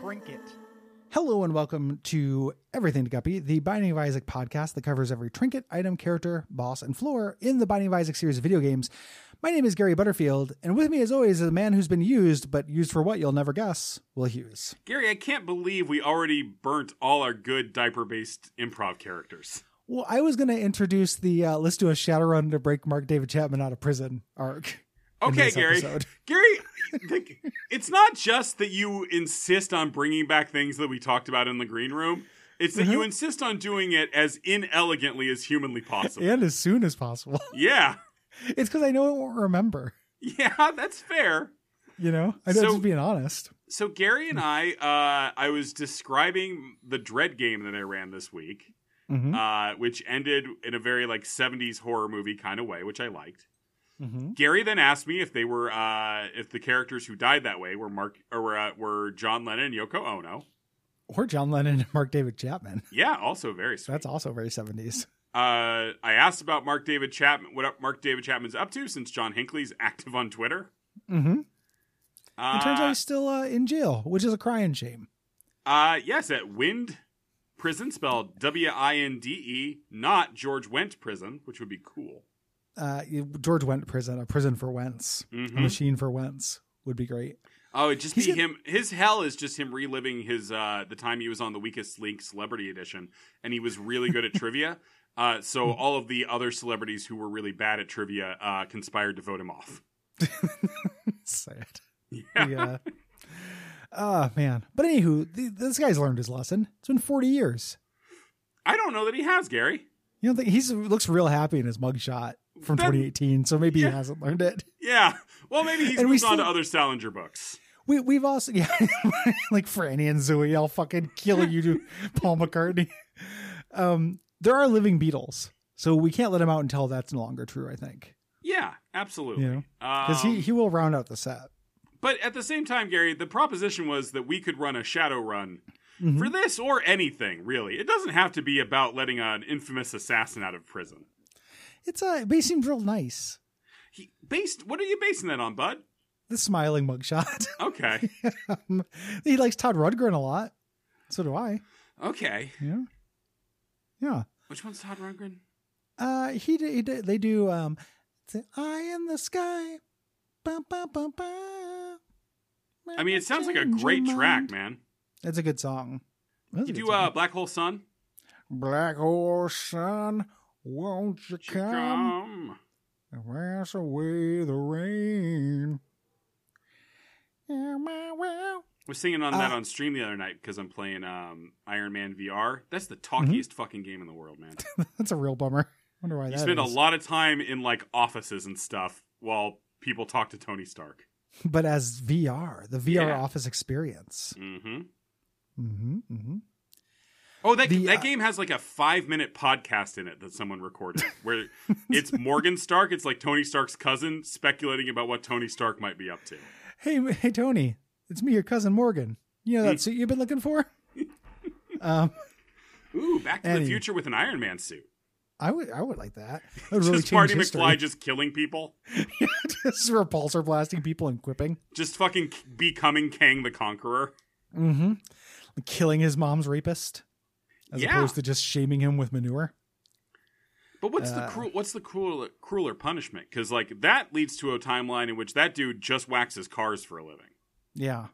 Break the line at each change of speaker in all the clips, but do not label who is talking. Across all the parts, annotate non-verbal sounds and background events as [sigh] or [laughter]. trinket.
Hello and welcome to Everything to Guppy, the Binding of Isaac podcast that covers every trinket, item, character, boss, and floor in the Binding of Isaac series of video games. My name is Gary Butterfield, and with me, as always, is a man who's been used, but used for what you'll never guess, Will Hughes.
Gary, I can't believe we already burnt all our good diaper based improv characters.
Well, I was going to introduce the uh, let's do a Shadowrun to break Mark David Chapman out of prison arc. in
[laughs] Okay,
this
Gary.
episode.
Gary, like, it's not just that you insist on bringing back things that we talked about in the green room. It's that
Mm-hmm.
you insist on doing it as inelegantly as humanly possible.
And as soon as possible. [laughs]
Yeah. [laughs]
it's because I know it won't remember,
Yeah, that's fair.
you know? I know,
So-
just being honest.
So Gary and I, uh, I was describing the Dread game that I ran this week,
Mm-hmm.
uh, which ended in a very like '70s horror movie kind of way, which I liked.
mm-hmm.
Gary then asked me if they were uh, if the characters who died that way were Mark or were, uh, were John Lennon and Yoko Ono.
Or John Lennon and Mark David Chapman.
Yeah, also very sweet.
That's also very 70s.
uh, I asked about Mark David Chapman, what up Mark David Chapman's up to since John Hinckley's [laughs] active on Twitter.
Mm-hmm.
Uh,
It turns out he's still uh, in jail, which is a crying shame.
uh, yes, at Wind Prison, spelled W I N D E, not George Wendt Prison, which would be cool.
Uh, George went to prison, a prison for Wentz, a
Mhm.
machine for Wentz would be great. [laughs]
Oh, it'd just
He's
be
got-
him. His hell is just him reliving his uh the time he was on the Weakest Link Celebrity Edition, and he was really good
[laughs]
at trivia. Uh, so
Hmm.
all of the other celebrities who were really bad at trivia uh, conspired to vote him off.
Sad. Yeah. Oh uh, man, but anywho, th- this guy's learned his lesson. It's been forty years.
I don't know that he has Gary.
You don't think he looks real happy in his mugshot from
That-
2018, so maybe
Yeah.
he hasn't learned it.
Yeah, well maybe he's
And we
moved on to
still-
other Salinger books.
We we've also [laughs] yeah, like Franny and Zooey, I'll fucking kill you, Paul McCartney. Um, there are living Beatles, so we can't let him out until that's no longer true. I think
Yeah, absolutely.
Yeah. because he
Um,
he will round out the set.
But at the same time, Gary, the proposition was that we could run a shadow run
Mhm.
for this or anything really. It doesn't have to be about letting an infamous assassin out of prison.
It's uh, but he seems real nice.
He based. What are you basing that on, Bud?
The smiling mugshot. [laughs]
Okay.
Um, he likes Todd Rudgren a lot. So do I.
Okay.
Yeah. Yeah.
Which one's Todd Rundgren?
Uh, he, d- he d- they do um, it's the eye in the sky. Ba, ba, ba, ba.
I mean, it sounds like a
Change your
great
mind.
track, man.
That's a good song. That's a
You
good
do uh,
song.
Black Hole Sun.
Black Horse Sun, won't you come
Come.
and wash away the rain? Yeah, my well. [laughs]
I was singing on that
Uh,
on stream the other night because I'm playing um, Iron Man VR. That's the talkiest fucking game in the world, man.
That's a real bummer. Wonder why
You
Mm-hmm. that
spend a
is.
lot of time in like offices and stuff while people talk to Tony Stark.
But as VR, the VR
Yeah.
office experience.
hmm
Mm-hmm, mm-hmm.
Oh, that
The,
that
uh,
game has like a five minute podcast in it that someone recorded where it's Morgan Stark. It's like Tony Stark's cousin speculating about what Tony Stark might be up to.
Hey, hey, Tony, it's me, your cousin Morgan. You know that suit you've been looking
[laughs]
for? um,
Ooh, Back to
Anyway.
the Future with an Iron Man suit.
I would, I would like that. That would really
just Marty
change history.
McFly just killing people,
[laughs] just repulsor blasting people and quipping,
just fucking k- becoming Kang the Conqueror.
mm-hmm. killing his mom's rapist, as
Yeah.
opposed to just shaming him with manure.
But what's the
Uh.
cruel? What's the crueler, crueler punishment? Because like that leads to a timeline in which that dude just waxes cars for a living.
Yeah.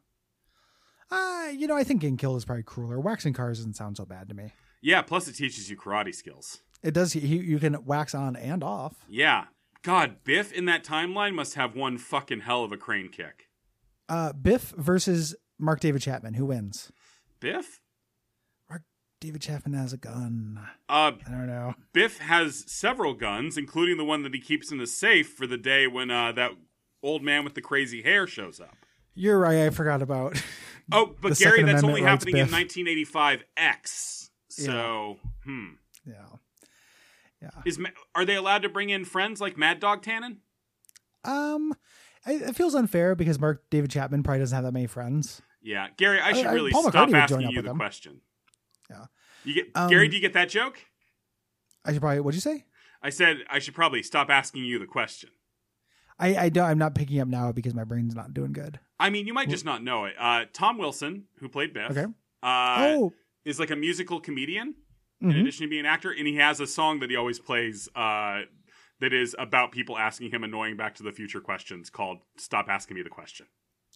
Uh, you know, I think getting killed is probably crueler. Waxing cars doesn't sound so bad to me.
Yeah, plus it teaches you karate skills.
It does. He, you can wax on and off.
Yeah, God, Biff in that timeline must have one fucking hell of a crane kick.
Uh, Biff versus Mark David Chapman. Who wins?
Biff,
David Chapman has a gun.
uh,
I don't know.
Biff has several guns, including the one that he keeps in the safe for the day when uh, that old man with the crazy hair shows up.
You're right. I forgot about. [laughs]
Oh,
the
but Gary,
Second
that's
Amendment
only
rights
happening in
Biff.
1985 X. So, hmm.
yeah.
Is Ma- are they allowed to bring in friends like Mad Dog Tannen?
Um, I, it feels unfair because Mark David Chapman probably doesn't have that many friends.
Yeah, Gary, I should
I-
really
Paul McCartney
stop
would join
asking
up
you
with
the
them.
question.
Yeah.
You get
Um,
Gary, do you get that joke?
I should probably. What'd you say?
I said I should probably stop asking you the question.
I, I don't, I'm not picking up now because my brain's not doing good.
I mean, you might just not know it. Uh, Tom Wilson, who played Biff,
Okay.
uh,
oh,
is like a musical comedian in
mhm.
addition to being an actor, and he has a song that he always plays uh, that is about people asking him annoying Back to the Future questions called "Stop Asking Me the Question."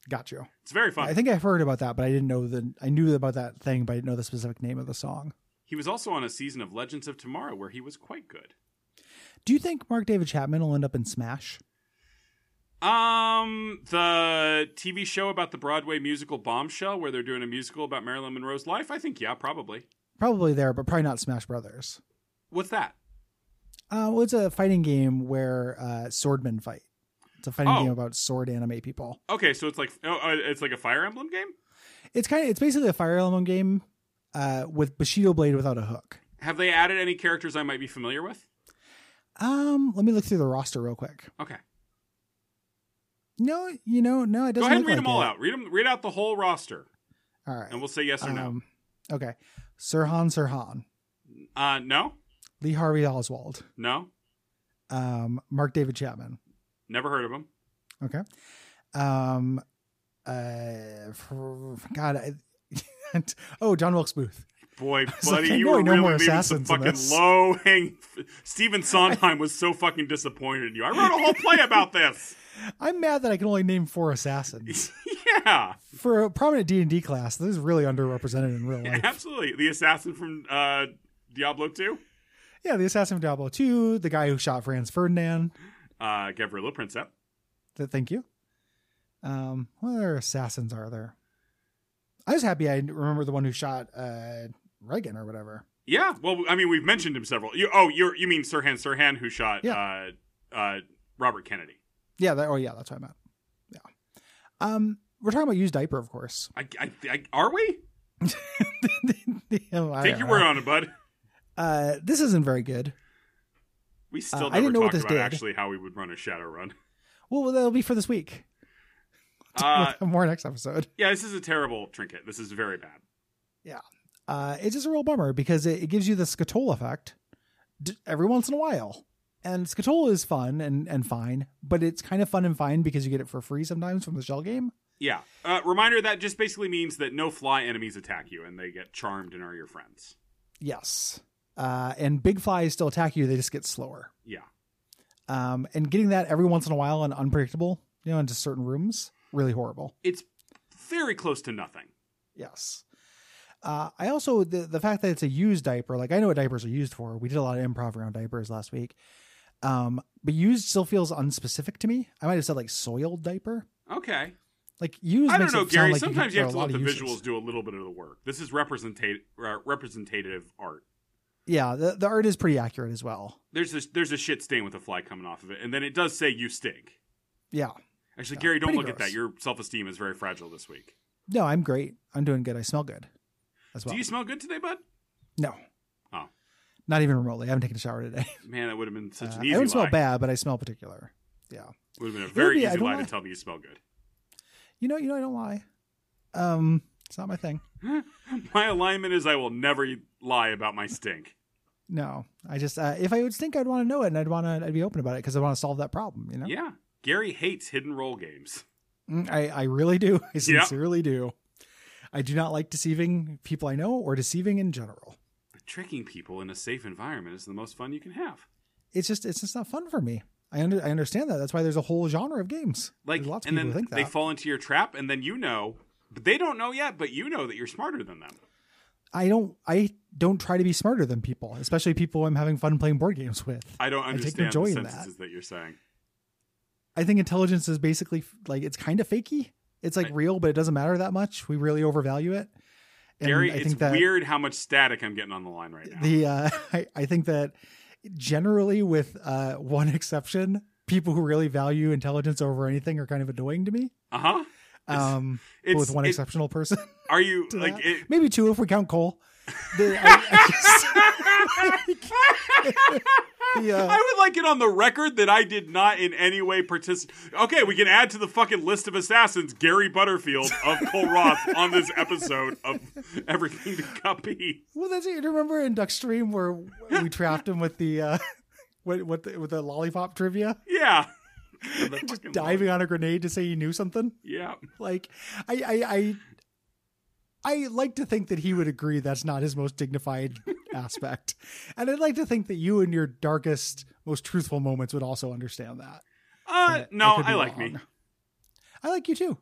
got you.
It's very fun.
I think I've heard about that, but I didn't know the. I knew about that thing, but I didn't know the specific name of the song.
He was also on a season of Legends of Tomorrow where he was quite good.
Do you think Mark David Chapman will end up in Smash?
Um, the TV show about the Broadway musical Bombshell, where they're doing a musical about Marilyn Monroe's life. I think, yeah, probably.
Probably there, but probably not Smash Brothers.
What's that?
Uh, well, it's a fighting game where uh, swordmen fight. It's a fighting
Oh.
game about sword anime people.
Okay, so it's like oh, uh, it's like a Fire Emblem game.
It's kind of it's basically a Fire Emblem game uh, with Bushido Blade without a hook.
Have they added any characters I might be familiar with?
Um, let me look through the roster real quick.
Okay,
No, you know, no, it doesn't.
go ahead and
look like
read them all
it.
out. Read them, read out the whole roster,
All right.
and we'll say yes or no.
Um, okay, Sirhan Sirhan,
Uh, no,
Lee Harvey Oswald,
no,
um, Mark David Chapman.
never heard of him.
Okay. Um, uh, fr- God, I, [laughs] oh, John Wilkes Booth. [laughs]
Boy,
like,
buddy,
I
you
know
were
I know
really
more
leaving some
assassins than
fucking
this.
low hanging. Stephen Sondheim was so fucking disappointed in you. I wrote a whole play
[laughs]
about this.
I'm mad that I can only name four assassins
yeah,
for a prominent D and D class. This is really underrepresented in real
[laughs]
life.
absolutely. The assassin from uh, Diablo Two,
Yeah, the assassin of Diablo two, the guy who shot Franz Ferdinand.
uh, Gavrilo Princep.
Th- thank you. Um, what other assassins are there? I was happy I remember the one who shot uh, Reagan or whatever.
Yeah, well, I mean, we've mentioned him several. You, oh, you you mean Sirhan Sirhan who shot uh, uh, Robert Kennedy?
Yeah. That, oh, yeah. That's what I meant. Yeah. Um, we're talking about used diaper, of course.
I, I, I, are we?
Take
Take your word on it, bud.
Uh, this isn't very good.
We still
Uh,
never
I didn't know what
talked
this
about
did.
actually how we would run a shadow run.
Well, that'll be for this week.
Uh,
[laughs] More next episode.
yeah, this is a terrible trinket. This is very bad.
Uh, it's just a real bummer because it, it gives you the scatola effect d- every once in a while. And scatola is fun and, and fine, but it's kind of fun and fine because you get it for free sometimes from the shell game.
Yeah. Uh, reminder that just basically means that no fly enemies attack you and they get charmed and are your friends.
Yes. Uh, and big flies still attack you, they just get slower.
Yeah.
Um, and getting that every once in a while and unpredictable, you know, into certain rooms, really horrible.
It's very close to nothing.
Yes. Uh, I also the the fact that it's a used diaper, like I know what diapers are used for. We did a lot of improv around diapers last week. Um, but used still feels unspecific to me. I might have said like soiled diaper.
Okay.
Like used.
I don't
makes it
know,
sound
Gary.
like
sometimes
you,
you
could
have to
throw a
let
lot
the
of uses.
visuals do a little bit of the work. This is representative uh, representative art.
Yeah, the, the art is pretty accurate as well.
There's a, there's a shit stain with a fly coming off of it, and then it does say you stink.
Yeah.
Actually,
Yeah,
Gary, don't
pretty
look at
gross.
that. Your self esteem is very fragile this week.
No, I'm great. I'm doing good. I smell good. As well.
Do you smell good today, bud?
no.
Oh.
Not even remotely. I haven't taken a shower today.
Man, that would have been such
Uh,
an
[laughs] I
easy
don't smell
lie.
bad, but I smell particular. Yeah.
Would have been a
would
very
be- I
easy
don't
lie
lie.
to tell me you smell good.
You know, you know, I don't lie. Um, it's not my thing.
[laughs] My alignment is I will never e-, lie about my stink.
No, I just uh, if I would stink, I'd want to know it, and I'd want to I'd be open about it because I want to solve that problem. You know,
Yeah. Gary hates hidden role games.
Mm, I I really do. [laughs] I
Yeah.
sincerely do. I do not like deceiving people I know or deceiving in general.
But tricking people in a safe environment is the most fun you can have.
It's just it's just not fun for me. I under, I understand that. That's why there's a whole genre of games.
Like,
There's lots of
and
people
then
who think
they
that.
fall into your trap, and then you know, but they don't know yet, but you know that you're smarter than them.
I don't I don't try to be smarter than people, especially people I'm having fun playing board games with.
I don't
I take
understand
joy
the
in that.
sentences that. you're saying.
I think intelligence is basically like it's kind of fakey. It's like
I-
real, but it doesn't matter that much. We really overvalue it. And
Gary,
I
it's
think that,
weird how much static I'm getting on the line right now.
the uh, [laughs] I, I think that generally with uh, one [laughs] exception people who really value intelligence over anything are kind of annoying to me
uh huh. It's-
um but
It's
with one
it-
exceptional person
Are you
to
[laughs] like
that.
it?
maybe two if we count cole
[laughs]
the, I, I just- [laughs] The, uh,
I would like it on the record that I did not in any way participate. Okay, we can add to the fucking list of assassins Gary Butterfield of
[laughs]
Cole Roth on this episode of Everything to Copy.
well that's it remember in duckstream [laughs] where we trapped him with the uh what what the, with the lollipop trivia
Yeah. For the
just
fucking
diving
love.
on a grenade to say he knew something.
Yeah.
Like, I, I, I, I like to think that he would agree that's not his most dignified aspect, and I'd like to think that you, in your darkest, most truthful moments, would also understand that.
Uh,
But
no,
could
I,
be
like me.
wrong. I like you too.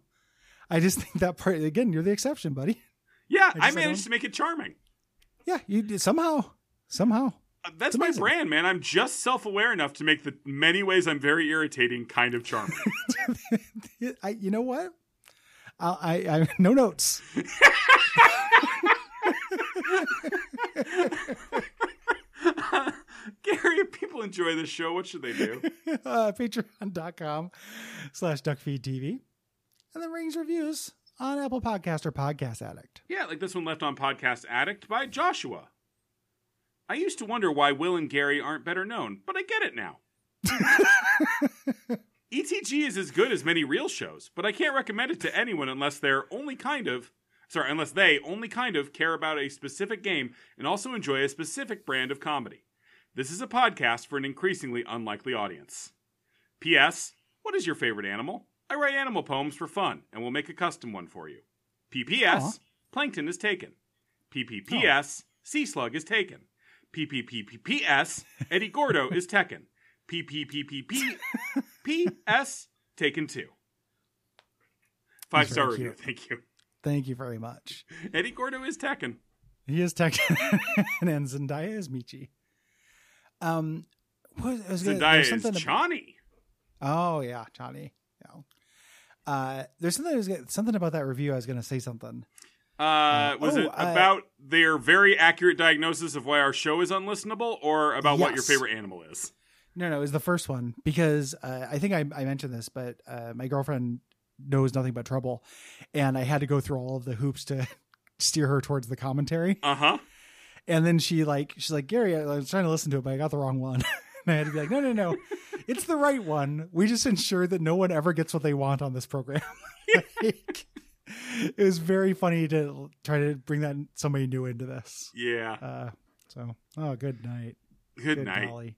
I just think that part again. You're the exception, buddy.
Yeah,
I
I,
just, I
managed
don't-
to make it charming.
Yeah, you did- somehow, somehow.
Uh, That's
It's
my
amazing.
brand, man. I'm just self-aware enough to make the many ways I'm very irritating kind of charming. [laughs]
I, you know what? I, I, [laughs] I no notes.
Gary, if people enjoy this show, what should they do?
uh, patreon.com slash duckfeedtv and then rings reviews on apple podcast or podcast addict
Yeah, like this one left on Podcast Addict by Joshua. I used to wonder why Will and Gary aren't better known, but I get it now. ETG E is as good as many real shows, but I can't recommend it to anyone unless they're only kind of sorry, unless they only kind of care about a specific game and also enjoy a specific brand of comedy. This is a podcast for an increasingly unlikely audience. PS, what is your favorite animal? I write animal poems for fun and will make a custom one for you. PPS,
Aw.
plankton is taken. PPPS, sea slug is taken. PPPPS, Eddie Gordo is taken. PPPPP, PS, taken two. Five
That's
star
very
review,
cute.
thank you.
thank you very much
Eddie Gordo is Tekken.
he is tech [laughs] and zendaya is michi um what, I was gonna-
Zendaya
there's
is
something ab-
Chani.
oh yeah johnny yeah. uh there's something I was gonna- something about that review i was gonna say something
Uh, was
oh,
it
uh,
about their very accurate diagnosis of why our show is unlistenable, or about what your
Yes.
favorite animal is?
No, no, it was the first one because uh, I think I, I mentioned this, but uh, my girlfriend knows nothing but trouble, and I had to go through all of the hoops to [laughs] steer her towards the commentary.
Uh huh.
And then she like she's like Gary, I was trying to listen to it, but I got the wrong one. [laughs] and I had to be like, no, no, no, it's the right one. We just ensure that no one ever gets what they want on this program. [laughs] Like, it was very funny to try to bring that somebody new into this.
Yeah.
Uh, so, oh, good night.
Good, night.
golly.